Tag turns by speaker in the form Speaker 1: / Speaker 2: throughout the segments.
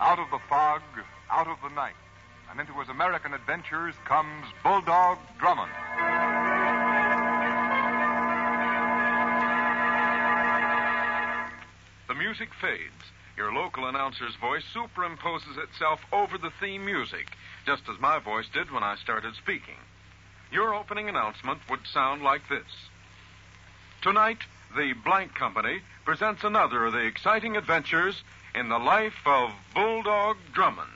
Speaker 1: Out of the fog, out of the night, and into his American adventures comes Bulldog Drummond.
Speaker 2: The music fades. Your local announcer's voice superimposes itself over the theme music, just as my voice did when I started speaking. Your opening announcement would sound like this Tonight, the Blank Company presents another of the exciting adventures in the life of Bulldog Drummond,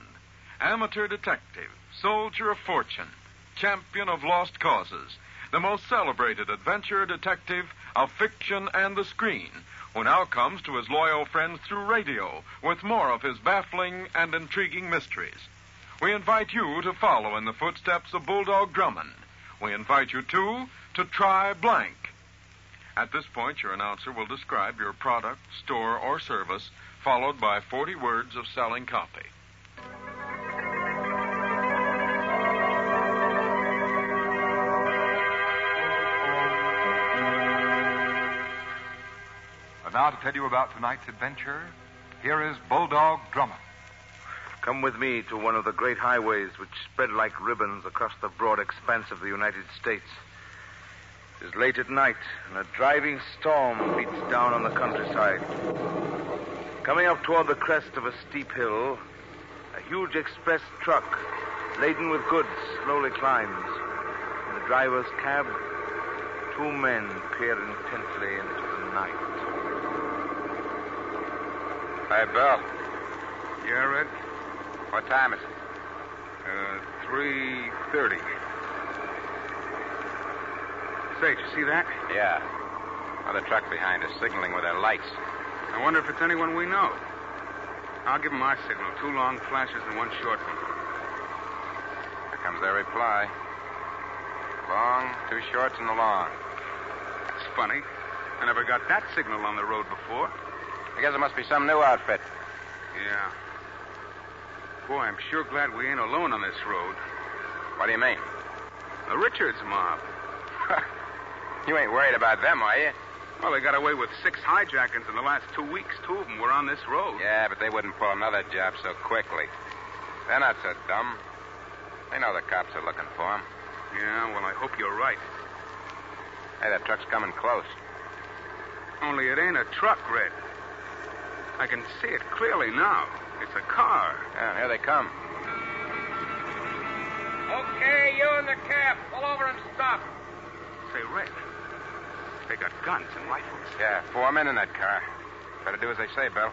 Speaker 2: amateur detective, soldier of fortune, champion of lost causes, the most celebrated adventure detective of fiction and the screen, who now comes to his loyal friends through radio with more of his baffling and intriguing mysteries. We invite you to follow in the footsteps of Bulldog Drummond. We invite you, too, to try blank. At this point, your announcer will describe your product, store, or service, followed by 40 words of selling copy.
Speaker 1: And now to tell you about tonight's adventure, here is Bulldog Drummond.
Speaker 3: Come with me to one of the great highways which spread like ribbons across the broad expanse of the United States. It is late at night, and a driving storm beats down on the countryside. Coming up toward the crest of a steep hill, a huge express truck laden with goods slowly climbs. In the driver's cab, two men peer intently into the night.
Speaker 4: Hey, Bill. You in, Red? What time is it? Uh, three thirty. Say, did you see that? Yeah. Another truck behind us signaling with their lights. I wonder if it's anyone we know. I'll give 'em my signal. Two long flashes and one short one. Here comes their reply. Long, two shorts, and a long. It's funny. I never got that signal on the road before. I guess it must be some new outfit. Yeah. Boy, I'm sure glad we ain't alone on this road. What do you mean? The Richards mob. you ain't worried about them, are you? Well, they got away with six hijackings in the last two weeks. Two of them were on this road. Yeah, but they wouldn't pull another job so quickly. They're not so dumb. They know the cops are looking for them. Yeah, well, I hope you're right. Hey, that truck's coming close. Only it ain't a truck, Red. I can see it clearly now. It's a car. Yeah, here they come.
Speaker 5: Okay, you in the cab. Pull over and stop.
Speaker 4: Say, Red, they got guns and rifles. Yeah, four men in that car. Better do as they say, Bill.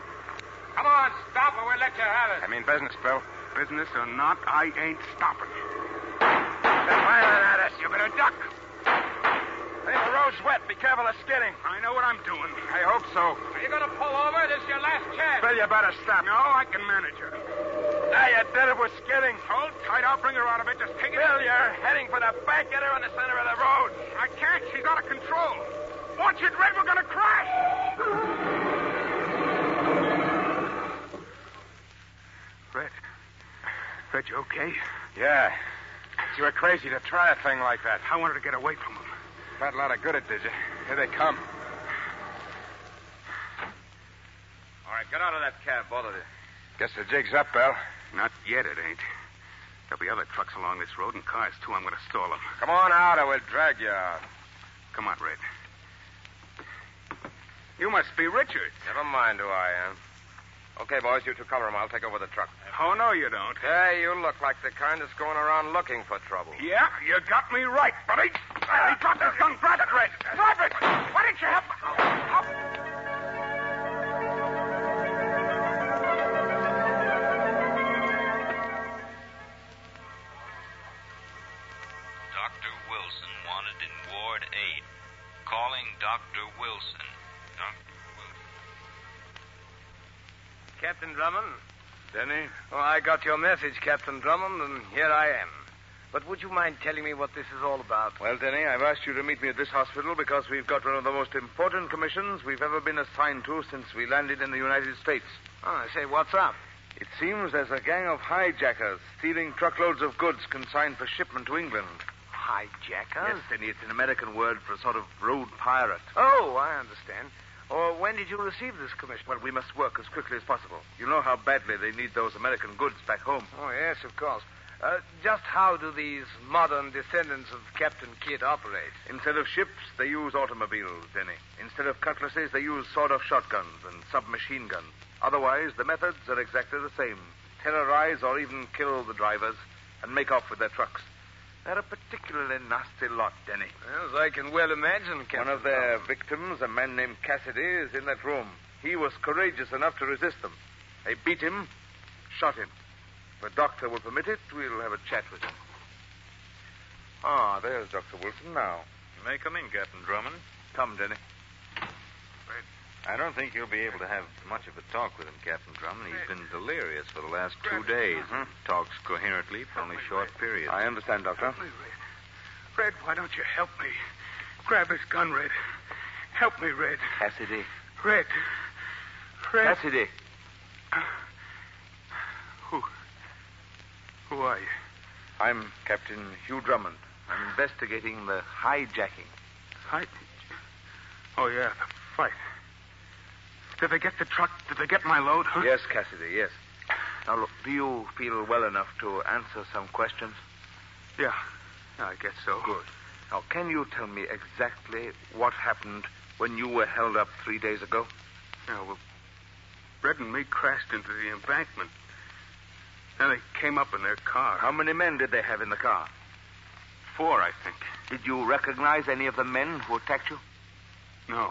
Speaker 5: Come on, stop or we'll let you have it.
Speaker 4: I mean business, Bill. Business or not, I ain't stopping. They're firing at us. You better duck. Hey, the road's wet. Be careful of skidding. I know what I'm doing. I hope so.
Speaker 5: Are you going to pull over? This is your last chance.
Speaker 4: Bill, you better stop. No, I can manage her. Now you did it. We're skidding. Hold tight. I'll bring her out of it. Just take it. Bill, you're heading for the bank. Get her in the center of the road. I can't. She's out of control. Watch it, Red. We're going to crash. Red. Red, you okay? Yeah. You were crazy to try a thing like that. I wanted to get away from them. Not a lot of good it did you. Here they come.
Speaker 5: All right, get out of that cab, both of you.
Speaker 4: Guess the jig's up, Bill. Not yet, it ain't. There'll be other trucks along this road and cars, too. I'm going to stall them. Come on out, or we'll drag you out. Come on, Red. You must be Richards.
Speaker 5: Never mind who I am. Okay, boys, you two cover him. I'll take over the truck.
Speaker 4: Oh, no, you don't.
Speaker 5: Hey, you look like the kind that's going around looking for trouble.
Speaker 4: Yeah, you got me right, buddy. He dropped his gun. Grab it, Red. Grab it. Why didn't you help? help?
Speaker 5: Wilson. Dr. Wilson.
Speaker 6: Captain Drummond?
Speaker 4: Denny?
Speaker 6: Oh, I got your message, Captain Drummond, and here I am. But would you mind telling me what this is all about?
Speaker 4: Well, Denny, I've asked you to meet me at this hospital because we've got one of the most important commissions we've ever been assigned to since we landed in the United States.
Speaker 6: Oh, I say, what's up?
Speaker 4: It seems there's a gang of hijackers stealing truckloads of goods consigned for shipment to England.
Speaker 6: Hijackers?
Speaker 4: Yes, Denny, it's an American word for a sort of road pirate.
Speaker 6: Oh, I understand. Or when did you receive this commission?
Speaker 4: Well, we must work as quickly as possible. You know how badly they need those American goods back home.
Speaker 6: Oh, yes, of course. Uh, just how do these modern descendants of Captain Kidd operate?
Speaker 4: Instead of ships, they use automobiles, Denny. Instead of cutlasses, they use sawed-off shotguns and submachine guns. Otherwise, the methods are exactly the same. Terrorize or even kill the drivers and make off with their trucks. They're a particularly nasty lot, Denny.
Speaker 6: As I can well imagine, Captain.
Speaker 4: One of their victims, a man named Cassidy, is in that room. He was courageous enough to resist them. They beat him, shot him. If the doctor will permit it, we'll have a chat with him. Ah, there's Dr. Wilson now.
Speaker 2: You may come in, Captain Drummond.
Speaker 4: Come, Denny.
Speaker 2: I don't think you'll be able to have much of a talk with him, Captain Drummond. He's been delirious for the last two days. and Talks coherently for only short periods.
Speaker 4: I understand, Doctor.
Speaker 7: Help me, Red. Red, why don't you help me? Grab his gun, Red. Help me, Red.
Speaker 4: Cassidy.
Speaker 7: Red. Red.
Speaker 4: Cassidy.
Speaker 7: Who? Who are you?
Speaker 4: I'm Captain Hugh Drummond. I'm investigating the hijacking.
Speaker 7: Fight? Oh, yeah, the fight. Did they get the truck? Did they get my load, huh?
Speaker 4: Yes, Cassidy, yes. Now, look, do you feel well enough to answer some questions?
Speaker 7: Yeah. I guess so.
Speaker 4: Good. Now, can you tell me exactly what happened when you were held up three days ago?
Speaker 7: Yeah, well, Red and me crashed into the embankment. Then they came up in their car.
Speaker 4: How many men did they have in the car?
Speaker 7: Four, I think.
Speaker 4: Did you recognize any of the men who attacked you?
Speaker 7: No.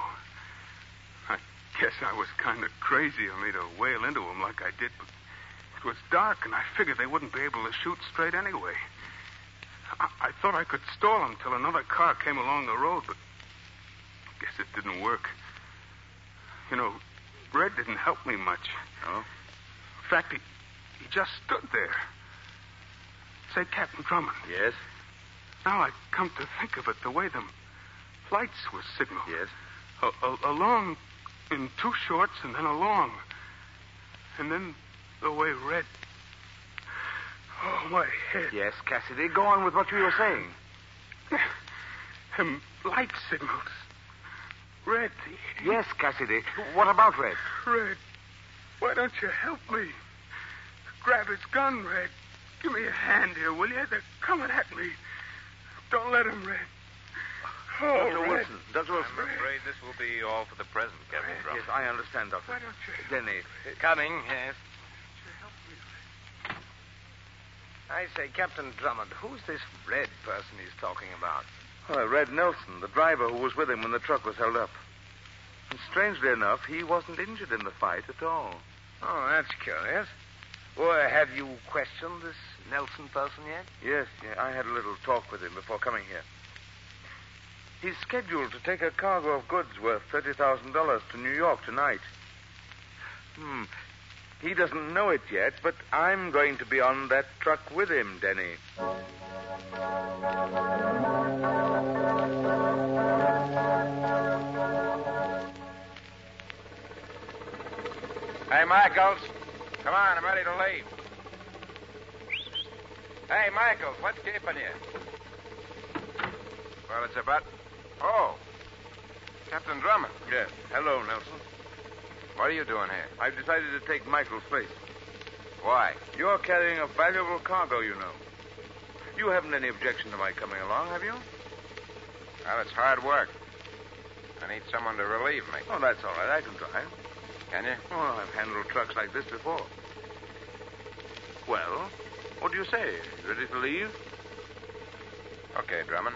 Speaker 7: I guess I was kind of crazy of me to wail into them like I did, but it was dark, and I figured they wouldn't be able to shoot straight anyway. I, I thought I could stall them till another car came along the road, but I guess it didn't work. You know, Red didn't help me much.
Speaker 4: No?
Speaker 7: In fact, he, he just stood there. Say, Captain Drummond,
Speaker 4: Yes,
Speaker 7: now I come to think of it, the way them lights were signaled.
Speaker 4: yes.
Speaker 7: A, a, a long in two shorts and then a long. And then the way red. Oh, my head.
Speaker 4: Yes, Cassidy, go on with what you were saying.
Speaker 7: Them light signals. Red,
Speaker 4: Yes, Cassidy. What about Red?
Speaker 7: Red. Why don't you help me? Grab his gun, Red. Give me a hand here, will you? They're coming at me. Don't let him, Red. Oh,
Speaker 4: Dr.
Speaker 7: Red.
Speaker 4: Wilson. Dr. Wilson.
Speaker 2: I'm afraid this will be all for the present, Captain
Speaker 4: Uh, Yes,
Speaker 2: Drummond.
Speaker 4: I understand, Doctor.
Speaker 7: Why don't you help
Speaker 4: Denny,
Speaker 6: Coming, yes.
Speaker 7: you help me, Red?
Speaker 6: I say, Captain Drummond, who's this red person he's talking about?
Speaker 4: Oh, Red Nelson, the driver who was with him when the truck was held up. And strangely enough, he wasn't injured in the fight at all.
Speaker 6: Oh, that's curious. Well, have you questioned this Nelson person yet?
Speaker 4: Yes, yeah, I had a little talk with him before coming here. He's scheduled to take a cargo of goods worth $30,000 to New York tonight. Hmm. He doesn't know it yet, but I'm going to be on that truck with him, Denny.
Speaker 2: Hey, Michaels. Come on, I'm ready to leave. Hey, Michaels, what's keeping you? Well, it's about. Oh. Captain Drummond,
Speaker 4: Yes. Hello, Nelson.
Speaker 2: what are you doing here?
Speaker 4: I've decided to take Michael's place.
Speaker 2: Why?
Speaker 4: You're carrying a valuable cargo, you know. You haven't any objection to my coming along, have you?
Speaker 2: Well, it's hard work. I need someone to relieve me.
Speaker 4: Oh, that's all right. I can drive.
Speaker 2: Can you?
Speaker 4: Oh, I've handled trucks like this before. Well, what do you say? You Ready to leave?
Speaker 2: Okay, Drummond.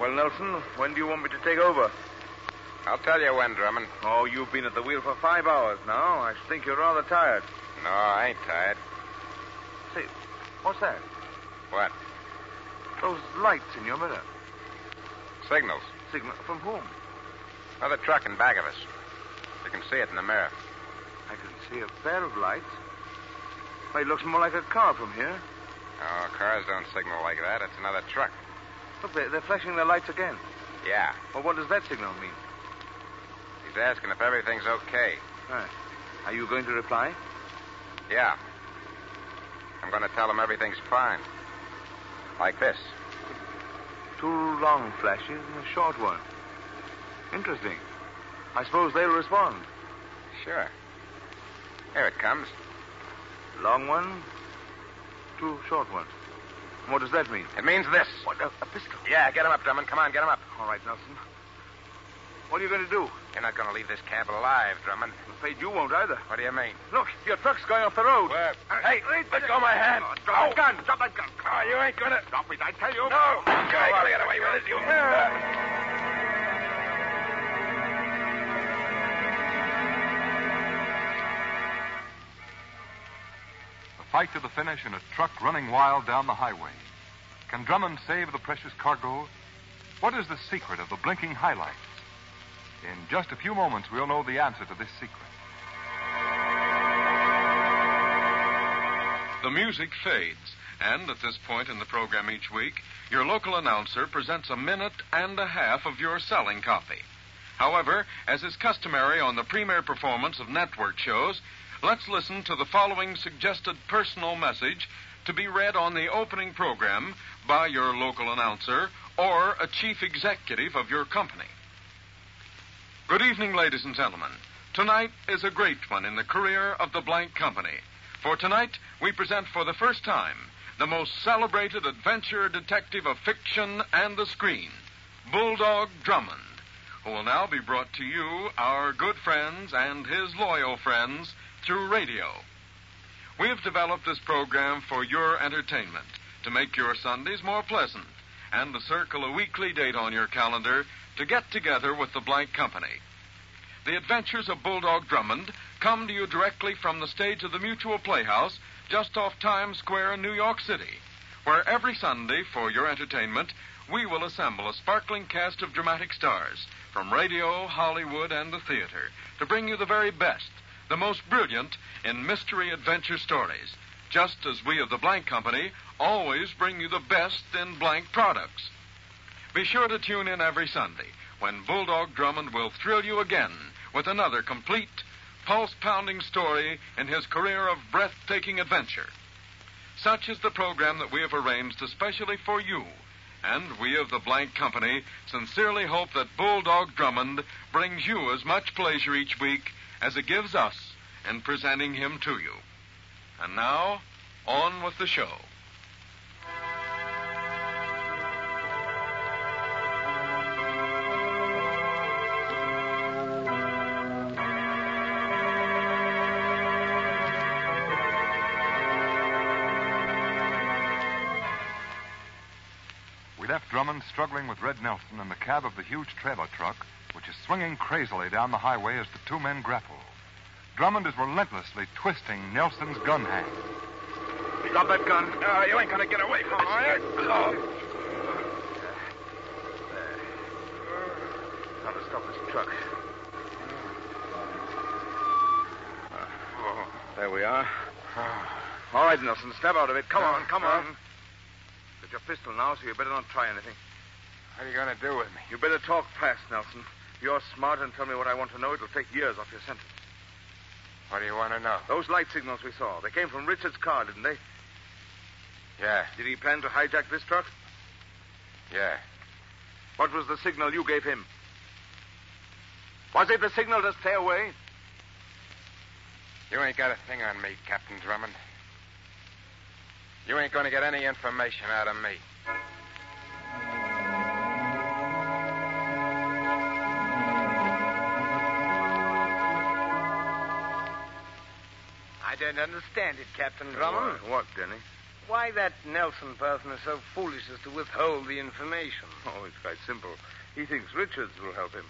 Speaker 4: Well, Nelson, when do you want me to take over?
Speaker 8: I'll tell you when, Drummond.
Speaker 4: Oh, you've been at the wheel for five hours now. I think you're rather tired.
Speaker 8: No, I ain't tired.
Speaker 4: Say, what's that?
Speaker 8: What?
Speaker 4: Those lights in your mirror.
Speaker 8: Signals.
Speaker 4: Signal from whom?
Speaker 8: Another truck in back of us. You can see it in the mirror.
Speaker 4: I can see a pair of lights. Why, it looks more like a car from here.
Speaker 8: Oh, cars don't signal like that. It's another truck.
Speaker 4: Look, they're, they're flashing their lights again.
Speaker 8: Yeah.
Speaker 4: Well, what does that signal mean?
Speaker 8: He's asking if everything's okay.
Speaker 4: Right. Are you going to reply?
Speaker 8: Yeah. I'm going to tell him everything's fine. Like this.
Speaker 4: Two long flashes and a short one. Interesting. I suppose they'll respond.
Speaker 8: Sure. Here it comes.
Speaker 4: Long one, two short ones. What does that mean?
Speaker 8: It means this.
Speaker 4: What, a, a pistol?
Speaker 8: Yeah, get him up, Drummond. Come on, get him up.
Speaker 4: All right, Nelson. What are you going to do?
Speaker 8: You're not going to leave this camp alive, Drummond.
Speaker 4: I'm afraid you won't either.
Speaker 8: What do you mean?
Speaker 4: Look, your truck's going off the road.
Speaker 8: Where? Hey, let go of my hand.
Speaker 5: Oh, drop
Speaker 8: Ow.
Speaker 5: that gun. Drop that gun.
Speaker 8: Oh, you ain't going to.
Speaker 5: Drop it, I tell
Speaker 8: No.
Speaker 5: you.
Speaker 8: You ain't going to get away with it, you.
Speaker 1: The fight to the finish and a truck running wild down the highway. Can Drummond save the precious cargo? What is the secret of the blinking highlights? In just a few moments, we'll know the answer to this secret.
Speaker 2: The music fades, and at this point in the program each week, your local announcer presents a minute and a half of your selling copy. However, as is customary on the premiere performance of network shows, let's listen to the following suggested personal message to be read on the opening program by your local announcer or a chief executive of your company. Good evening, ladies and gentlemen. Tonight is a great one in the career of the Blank Company. For tonight, we present for the first time the most celebrated adventure detective of fiction and the screen, Bulldog Drummond, who will now be brought to you, our good friends and his loyal friends, through radio. We have developed this program for your entertainment, to make your Sundays more pleasant, and to circle a weekly date on your calendar to get together with the Blank Company. The adventures of Bulldog Drummond come to you directly from the stage of the Mutual Playhouse just off Times Square in New York City, where every Sunday, for your entertainment, we will assemble a sparkling cast of dramatic stars from radio, Hollywood, and the theater to bring you the very best, the most brilliant in mystery adventure stories, just as we of the Blank Company always bring you the best in blank products. Be sure to tune in every Sunday when Bulldog Drummond will thrill you again with another complete, pulse pounding story in his career of breathtaking adventure. Such is the program that we have arranged especially for you, and we of the Blank Company sincerely hope that Bulldog Drummond brings you as much pleasure each week as it gives us in presenting him to you. And now, on with the show.
Speaker 1: We left Drummond struggling with Red Nelson in the cab of the huge trailer truck, which is swinging crazily down the highway as the two men grapple. Drummond is relentlessly twisting Nelson's gun hand.
Speaker 8: Drop that gun. Uh, you ain't going to get away from me. Oh.
Speaker 4: How to stop this truck. There we are. All right, Nelson, snap out of it. Come on, come on. Got your pistol now, so you better not try anything.
Speaker 8: What are you going to do with me?
Speaker 4: You better talk fast, Nelson. You're smart and tell me what I want to know. It'll take years off your sentence.
Speaker 8: What do you want to know?
Speaker 4: Those light signals we saw, they came from Richard's car, didn't they?
Speaker 8: Yeah,
Speaker 4: Did he plan to hijack this truck?
Speaker 8: yeah.
Speaker 4: What was the signal you gave him? Was it the signal to stay away?
Speaker 8: You ain't got a thing on me, Captain Drummond. You ain't going to get any information out of me.
Speaker 7: I don't understand it, Captain Drummond.
Speaker 4: What, Denny?
Speaker 7: Why that Nelson person is so foolish as to withhold the information.
Speaker 4: Oh, it's quite simple. He thinks Richards will help him.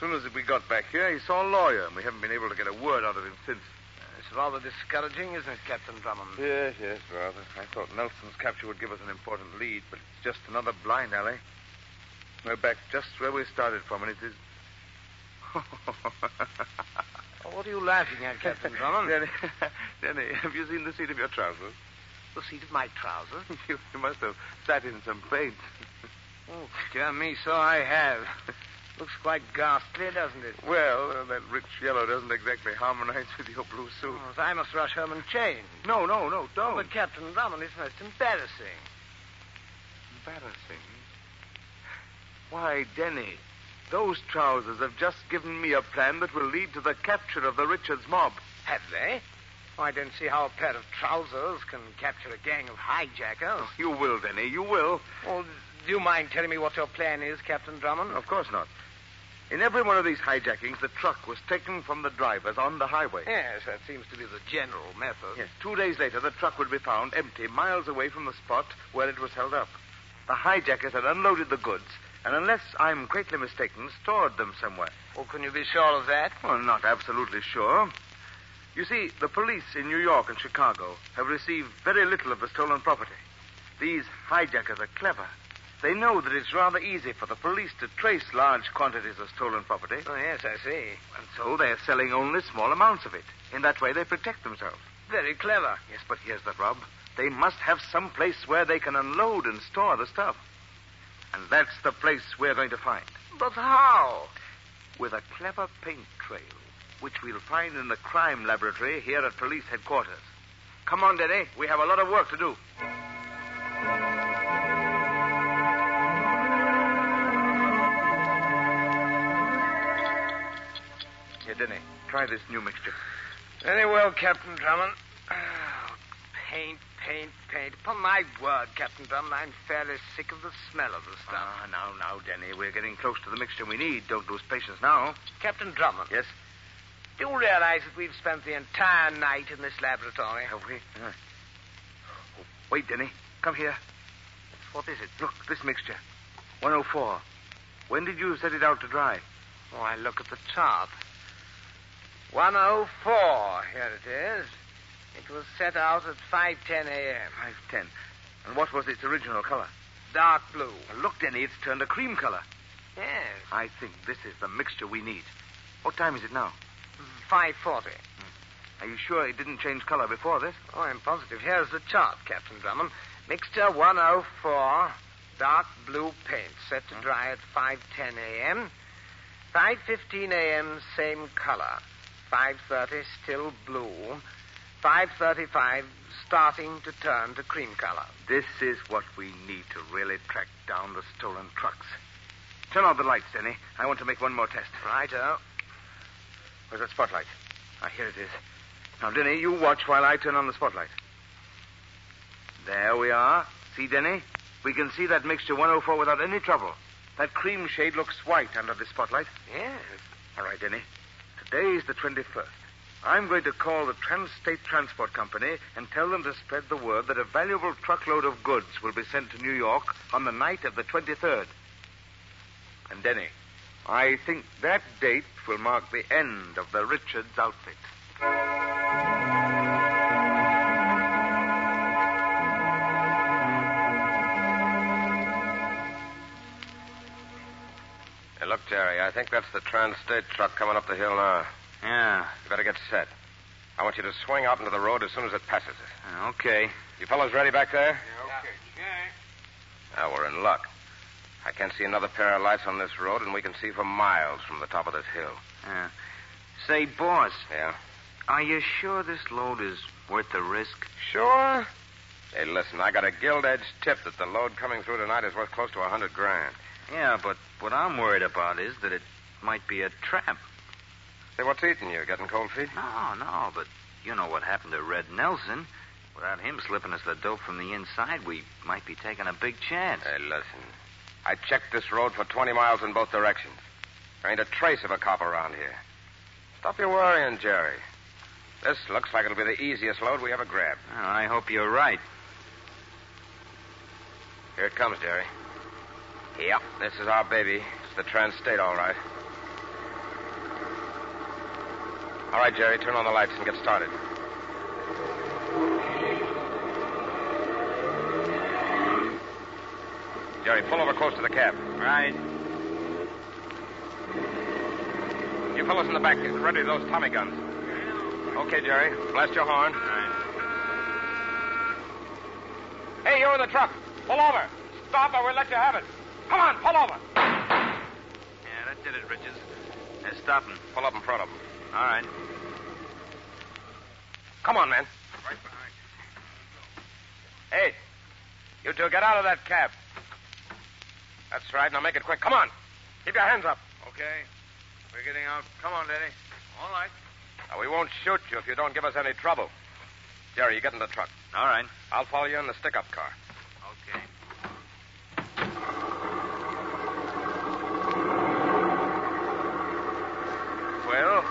Speaker 4: soon as we got back here, he saw a lawyer, and we haven't been able to get a word out of him since.
Speaker 7: Uh, It's rather discouraging, isn't it, Captain Drummond?
Speaker 4: Yes, yes, rather. I thought Nelson's capture would give us an important lead, but it's just another blind alley. We're back just where we started from, and it is.
Speaker 7: Oh, what are you laughing at, Captain Drummond?
Speaker 4: Denny, Denny, have you seen the seat of your trousers?
Speaker 7: The seat of my trousers.
Speaker 4: You, you must have sat in some paint.
Speaker 7: Oh, dear me, so I have. Looks quite ghastly, doesn't it?
Speaker 4: Well, uh, that rich yellow doesn't exactly harmonize with your blue suit.
Speaker 7: Oh, so I must rush home and change.
Speaker 4: No, no, no,
Speaker 7: Oh,
Speaker 4: don't.
Speaker 7: but Captain Drummond, it's most embarrassing.
Speaker 4: Embarrassing. Why, Denny, those trousers have just given me a plan that will lead to the capture of the Richards mob.
Speaker 7: Have they? Oh, I don't see how a pair of trousers can capture a gang of hijackers.
Speaker 4: You will, Denny, you will.
Speaker 7: Well, do you mind telling me what your plan is, Captain Drummond?
Speaker 4: Of course not. In every one of these hijackings, the truck was taken from the drivers on the highway.
Speaker 7: Yes, that seems to be the general method.
Speaker 4: Yes, two days later, the truck would be found empty, miles away from the spot where it was held up. The hijackers had unloaded the goods, and unless I'm greatly mistaken, stored them somewhere.
Speaker 7: Or Oh, can you be sure of that?
Speaker 4: Well, not absolutely sure. You see, the police in New York and Chicago have received very little of the stolen property. These hijackers are clever. They know that it's rather easy for the police to trace large quantities of stolen property,
Speaker 7: Oh, yes, I see.
Speaker 4: and so they're selling only small amounts of it. In that way, they protect themselves.
Speaker 7: Very clever.
Speaker 4: Yes, but here's the rub. They must have some place where they can unload and store the stuff. And that's the place we're going to find.
Speaker 7: But how?
Speaker 4: With a clever paint trail, which we'll find in the crime laboratory here at police headquarters. Come on, Denny. We have a lot of work to do. Here, Denny, try this new mixture.
Speaker 7: Very well, Captain Drummond. Oh, paint, paint, paint. Upon my word, Captain Drummond, I'm fairly sick of the smell of the stuff.
Speaker 4: Ah, now, now, Denny, we're getting close to the mixture we need. Don't lose patience now.
Speaker 7: Captain Drummond,
Speaker 4: Yes?
Speaker 7: do you realize that we've spent the entire night in this laboratory?
Speaker 4: Have we? Uh, oh, wait, Denny. Come here.
Speaker 7: What is it?
Speaker 4: Look, this mixture. 104. When did you set it out to dry?
Speaker 7: Oh, I look at the chart. 104. Here it is. It was set out at 5.10 a.m.
Speaker 4: 510. And what was its original color?
Speaker 7: Dark blue.
Speaker 4: Well, look, Denny, it's turned a cream color.
Speaker 7: Yes,
Speaker 4: I think this is the mixture we need. What time is it now?
Speaker 7: 5.40.
Speaker 4: Are you sure it didn't change color before this?
Speaker 7: Oh, I'm positive. Here's the chart, Captain Drummond. Mixture 104, dark blue paint, set to dry at 5.10 a.m. 5.15 a.m., same color. 5.30, still blue. 5.35, starting to turn to cream color.
Speaker 4: This is what we need to really track down the stolen trucks. Turn on the lights, Denny. I want to make one more test.
Speaker 7: Righto.
Speaker 4: uh, Where's that spotlight? Ah, here it is. Now, Denny, you watch while I turn on the spotlight. There we are. See, Denny? We can see that mixture 104 without any trouble. That cream shade looks white under the spotlight.
Speaker 7: Yes.
Speaker 4: All right, Denny. Today's the 21st. I'm going to call the Trans-State Transport Company and tell them to spread the word that a valuable truckload of goods will be sent to New York on the night of the 23rd. And, Denny, I think that date will mark the end of the Richards outfit.
Speaker 9: Hey, look, Terry, I think that's the Trans-State truck coming up the hill now.
Speaker 4: Yeah,
Speaker 9: You better get set. I want you to swing out into the road as soon as it passes us.
Speaker 4: Uh, okay.
Speaker 9: You fellas ready back there?
Speaker 8: Okay.
Speaker 9: Now we're in luck. I can see another pair of lights on this road, and we can see for miles from the top of this hill.
Speaker 4: Yeah. Uh, Say, boss,
Speaker 9: Yeah?
Speaker 4: are you sure this load is worth the risk?
Speaker 9: Sure. Hey, listen, I got a gilt edged tip that the load coming through tonight is worth close to a hundred grand.
Speaker 4: Yeah, but what I'm worried about is that it might be a trap.
Speaker 9: Say, what's eating you? Getting cold feet?
Speaker 4: No, no, but you know what happened to Red Nelson. Without him slipping us the dope from the inside, we might be taking a big chance.
Speaker 9: Hey, listen. I checked this road for 20 miles in both directions. There ain't a trace of a cop around here. Stop your worrying, Jerry. This looks like it'll be the easiest load we ever grabbed.
Speaker 4: Well, I hope you're right.
Speaker 9: Here it comes, Jerry. Yep, this is our baby. It's the Trans-State, all right.
Speaker 10: All right, Jerry, turn on the lights and get started. Jerry, pull over close to the cab. Right. You fellows in the back, get ready those Tommy guns. Okay, Jerry, blast your horn. Hey, you in the truck. Pull over. Stop or we'll let you have it. Come on, pull over.
Speaker 4: Yeah, that did it, Richards. They're stopping.
Speaker 10: Pull up in front of them.
Speaker 4: All right.
Speaker 10: Come on, man. Hey, you two, get out of that cab. That's right. Now make it quick. Come on. Keep your hands up.
Speaker 4: Okay. We're getting out. Come on, Daddy. All right.
Speaker 10: Now, we won't shoot you if you don't give us any trouble. Jerry, you get in the truck.
Speaker 4: All right.
Speaker 10: I'll follow you in the stick-up car.
Speaker 4: Okay.
Speaker 7: Well,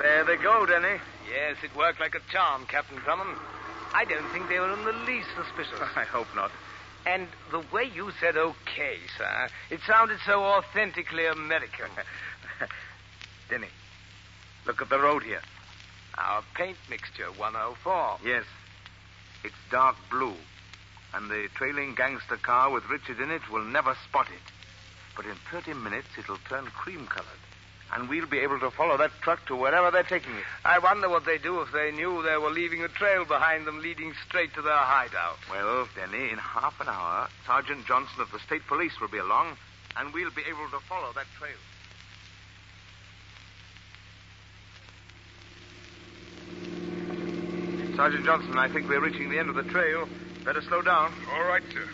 Speaker 7: there they go, Denny. Yes, it worked like a charm, Captain Drummond. I don't think they were in the least suspicious.
Speaker 4: I hope not.
Speaker 7: And the way you said okay, sir, it sounded so authentically American.
Speaker 4: Denny, look at the road here.
Speaker 7: Our paint mixture 104.
Speaker 4: Yes. It's dark blue. And the trailing gangster car with Richard in it will never spot it. But in 30 minutes, it'll turn cream colored. And we'll be able to follow that truck to wherever they're taking it.
Speaker 7: I wonder what they'd do if they knew they were leaving a trail behind them leading straight to their hideout.
Speaker 4: Well, Denny, in half an hour, Sergeant Johnson of the State Police will be along, and we'll be able to follow that trail. Sergeant Johnson, I think we're reaching the end of the trail. Better slow down.
Speaker 2: All right, sir.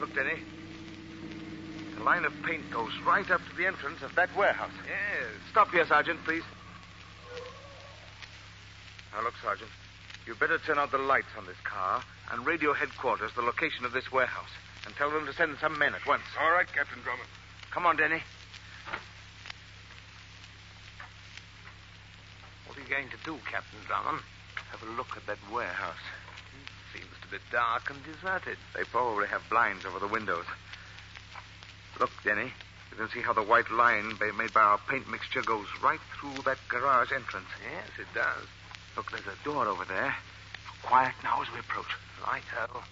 Speaker 4: Look, Denny. The line of paint goes right up to the entrance of that warehouse.
Speaker 7: Yes.
Speaker 4: Stop here, Sergeant, please. Now, look, Sergeant. You better turn out the lights on this car and radio headquarters the location of this warehouse and tell them to send some men at once.
Speaker 2: All right, Captain Drummond.
Speaker 4: Come on, Denny.
Speaker 7: What are you going to do, Captain Drummond?
Speaker 4: Have a look at that warehouse.
Speaker 7: Seems to be dark and deserted.
Speaker 4: They probably have blinds over the windows. Look, Denny. You can see how the white line ba- made by our paint mixture goes right through that garage entrance.
Speaker 7: Yes, it does.
Speaker 4: Look, there's a door over there. Quiet now as we approach.
Speaker 7: Right, oh.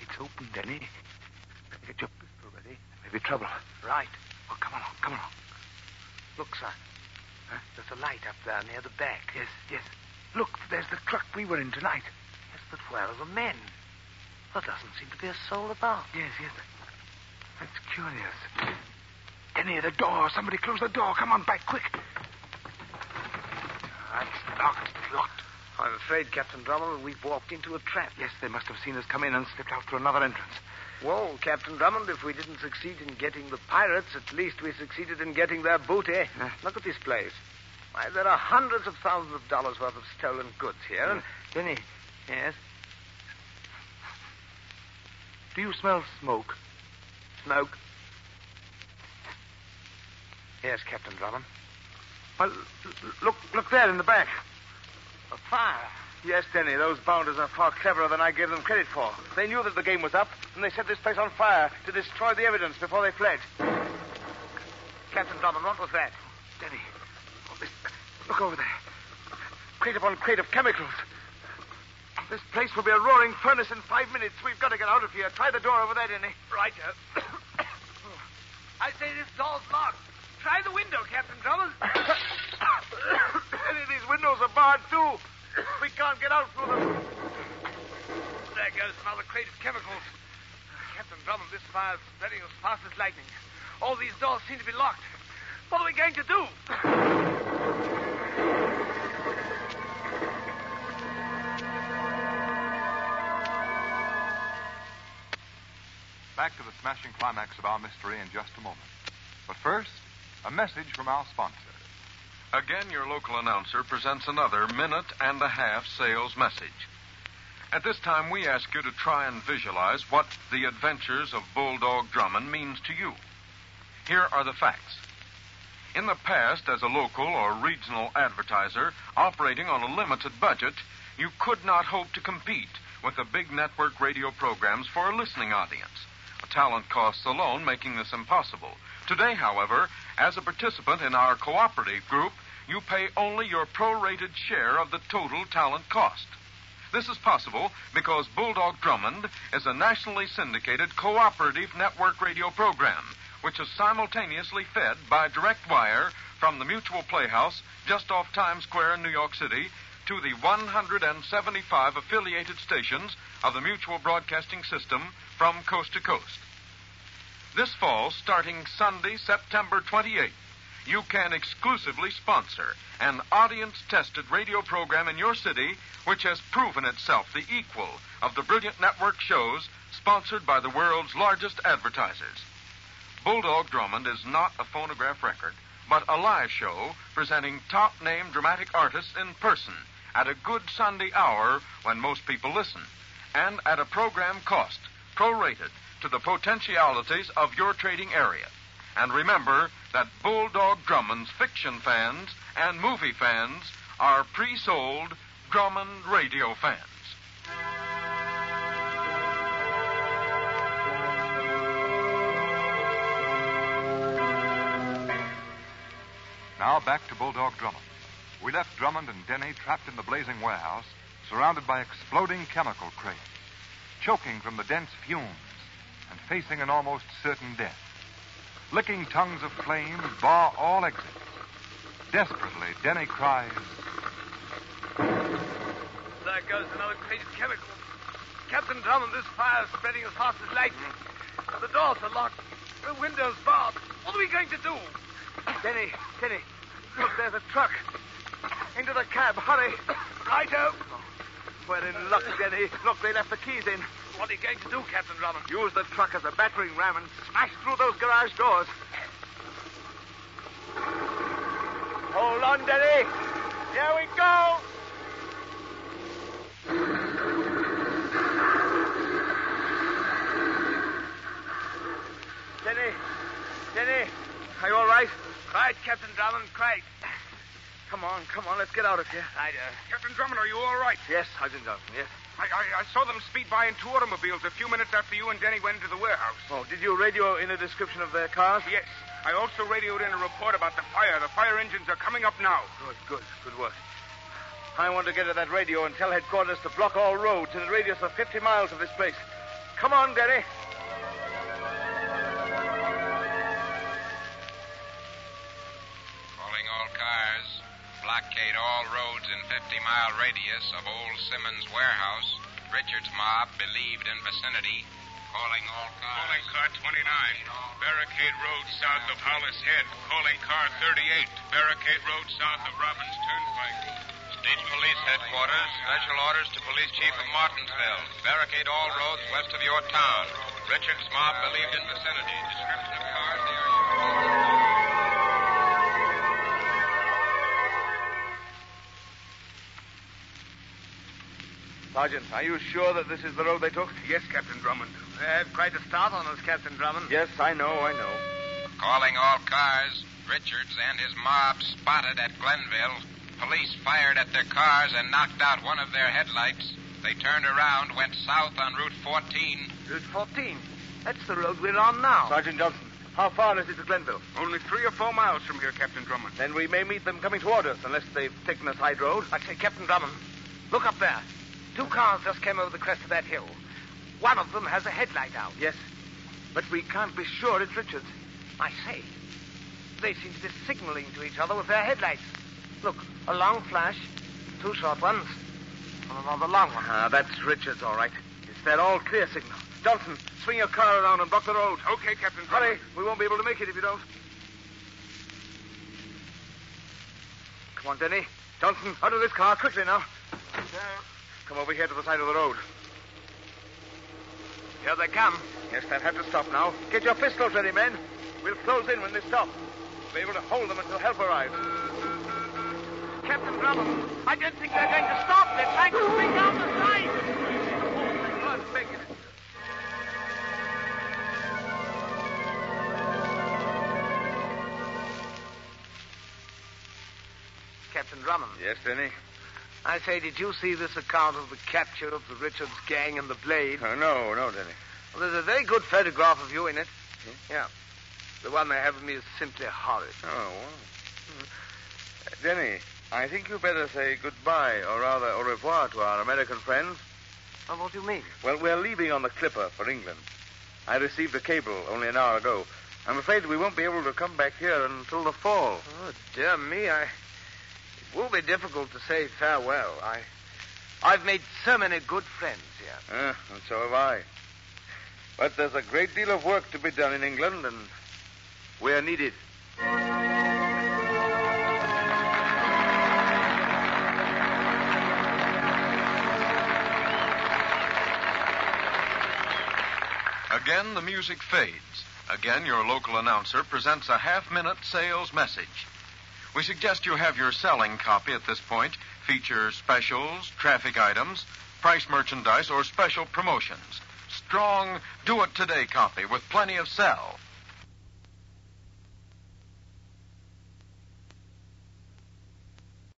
Speaker 4: It's open, Denny. Better Get your pistol ready. Maybe trouble.
Speaker 7: Right.
Speaker 4: Oh, come along, come along.
Speaker 7: Look, son. There's a light up there near the back.
Speaker 4: Yes, yes. Look, there's the truck we were in tonight.
Speaker 7: Yes, but where are the men? There doesn't seem to be a soul about.
Speaker 4: Yes, yes. That's curious. Denny, the door. Somebody close the door. Come on back, quick. That's locked. Locked.
Speaker 7: I'm afraid, Captain Drummond, we've walked into a trap.
Speaker 4: Yes, they must have seen us come in and slipped out through another entrance.
Speaker 7: Well, Captain Drummond, if we didn't succeed in getting the pirates, at least we succeeded in getting their booty.
Speaker 4: Huh?
Speaker 7: Look at this place. Why, there are hundreds of thousands of dollars worth of stolen goods here. And
Speaker 4: Denny,
Speaker 7: yes,
Speaker 4: do you smell smoke?
Speaker 7: smoke. Yes, Captain Drummond.
Speaker 4: Well, l- l- look, look there in the back.
Speaker 7: A fire.
Speaker 4: Yes, Denny, those bounders are far cleverer than I gave them credit for. They knew that the game was up, and they set this place on fire to destroy the evidence before they fled.
Speaker 7: Captain Drummond, what was that?
Speaker 4: Denny, oh, this, look over there. Crate upon crate of chemicals. This place will be a roaring furnace in five minutes. We've got to get out of here. Try the door over there, Denny.
Speaker 7: Right. uh, I say this door's locked. Try the window, Captain Drummond.
Speaker 4: Denny, these windows are barred, too. We can't get out through them.
Speaker 7: there goes another crate of chemicals. Captain Drummond, this fire's spreading as fast as lightning. All these doors seem to be locked. What are we going to do?
Speaker 1: Back to the smashing climax of our mystery in just a moment. But first, a message from our sponsor.
Speaker 2: Again, your local announcer presents another minute and a half sales message. At this time, we ask you to try and visualize what the adventures of Bulldog Drummond means to you. Here are the facts. In the past, as a local or regional advertiser operating on a limited budget, you could not hope to compete with the big network radio programs for a listening audience. Talent costs alone making this impossible, Today, however, as a participant in our cooperative group, you pay only your prorated share of the total talent cost. This is possible because Bulldog Drummond is a nationally syndicated cooperative network radio program, which is simultaneously fed by direct wire from the Mutual Playhouse just off Times Square in New York City to the 175 affiliated stations of the Mutual Broadcasting System from coast to coast. This fall, starting Sunday, September 28th, you can exclusively sponsor an audience tested radio program in your city which has proven itself the equal of the brilliant network shows sponsored by the world's largest advertisers. Bulldog Drummond is not a phonograph record, but a live show presenting top name dramatic artists in person at a good Sunday hour when most people listen, and at a program cost prorated to the potentialities of your trading area. And remember that Bulldog Drummond's fiction fans and movie fans are pre sold Drummond radio fans.
Speaker 1: Now back to Bulldog Drummond. We left Drummond and Denny trapped in the blazing warehouse, surrounded by exploding chemical crates, choking from the dense fumes, and facing an almost certain death. Licking tongues of flame bar all exits. Desperately, Denny cries,
Speaker 11: There goes another crate of chemicals. Captain Drummond, this fire is spreading as fast as lightning. The doors are locked. The windows barred. What are we going to do? Denny, Denny, look, there's a truck. Into the cab, hurry. Righto. We're in luck, Denny. Look, they left the keys in. What are you going to do, Captain Drummond? Use the truck as a battering ram and smash through those garage doors. Hold on, Denny. Here we go. Denny, Denny, are you all right? Right, Captain Drummond, quite. Come on, come on, let's get out of here. I
Speaker 8: Captain Drummond, are you all right?
Speaker 11: Yes, Sergeant Johnson, yes.
Speaker 8: I, I, I saw them speed by in two automobiles a few minutes after you and Denny went into the warehouse.
Speaker 11: Oh, did you radio in a description of their cars?
Speaker 8: Yes. I also radioed in a report about the fire. The fire engines are coming up now.
Speaker 11: Good, good, good work. I want to get to that radio and tell headquarters to block all roads in a radius of 50 miles of this place. Come on, Denny.
Speaker 5: Calling all cars. Blockade all roads in 50 mile radius of Old Simmons Warehouse. Richard's mob believed in vicinity. Calling all cars.
Speaker 12: Calling car 29. Barricade road south of Hollis Head. Calling car 38. Barricade road south of Robbins Turnpike.
Speaker 5: State Police Headquarters, special orders to Police Chief of Martinsville. Barricade all roads west of your town. Richard's mob believed in vicinity. Description of cars near you.
Speaker 11: Sergeant, are you sure that this is the road they took?
Speaker 8: Yes, Captain Drummond.
Speaker 7: They have quite a start on us, Captain Drummond.
Speaker 11: Yes, I know, I know.
Speaker 5: Calling all cars. Richards and his mob spotted at Glenville. Police fired at their cars and knocked out one of their headlights. They turned around, went south on Route 14.
Speaker 7: Route 14. That's the road we're on now.
Speaker 11: Sergeant Johnson, how far is it to Glenville?
Speaker 8: Only three or four miles from here, Captain Drummond.
Speaker 11: Then we may meet them coming toward us, unless they've taken a side road.
Speaker 7: I say, Captain Drummond, look up there. Two cars just came over the crest of that hill. One of them has a headlight out.
Speaker 11: Yes, but we can't be sure it's Richards.
Speaker 7: I say, they seem to be signaling to each other with their headlights. Look, a long flash, two short ones, and another long one.
Speaker 11: Ah, that's Richards, all right. It's that all clear signal. Johnson, swing your car around and block the road.
Speaker 8: Okay, Captain Drummond.
Speaker 11: Hurry, we won't be able to make it if you don't. Come on, Denny. Johnson, out of this car, quickly now. Come over here to the side of the road.
Speaker 7: Here they come.
Speaker 11: Yes, they'll have to stop now. Get your pistols ready, men. We'll close in when they stop. We'll be able to hold them until help arrives.
Speaker 7: Captain Drummond, I don't think they're going to stop. They're trying to swing down the side.
Speaker 11: Blood's making it.
Speaker 7: Captain Drummond.
Speaker 4: Yes, Denny?
Speaker 7: I say, did you see this account of the capture of the Richards gang and the Blade?
Speaker 4: Oh, no, no, Denny.
Speaker 7: Well, there's a very good photograph of you in it. Yeah. The one they have of me is simply horrid.
Speaker 4: Oh, well. Denny, I think you better say goodbye, or rather au revoir, to our American friends.
Speaker 7: Well, Oh, what do you mean?
Speaker 4: Well, we're leaving on the Clipper for England. I received a cable only an hour ago. I'm afraid we won't be able to come back here until the fall.
Speaker 7: Oh, dear me, I. It will be difficult to say farewell. I. I've made so many good friends here.
Speaker 4: Uh, and so have I. But there's a great deal of work to be done in England, and we're needed.
Speaker 2: Again, the music fades. Again, your local announcer presents a half minute sales message. We suggest you have your selling copy at this point feature specials, traffic items, price merchandise, or special promotions. Strong, do it today copy with plenty of sell.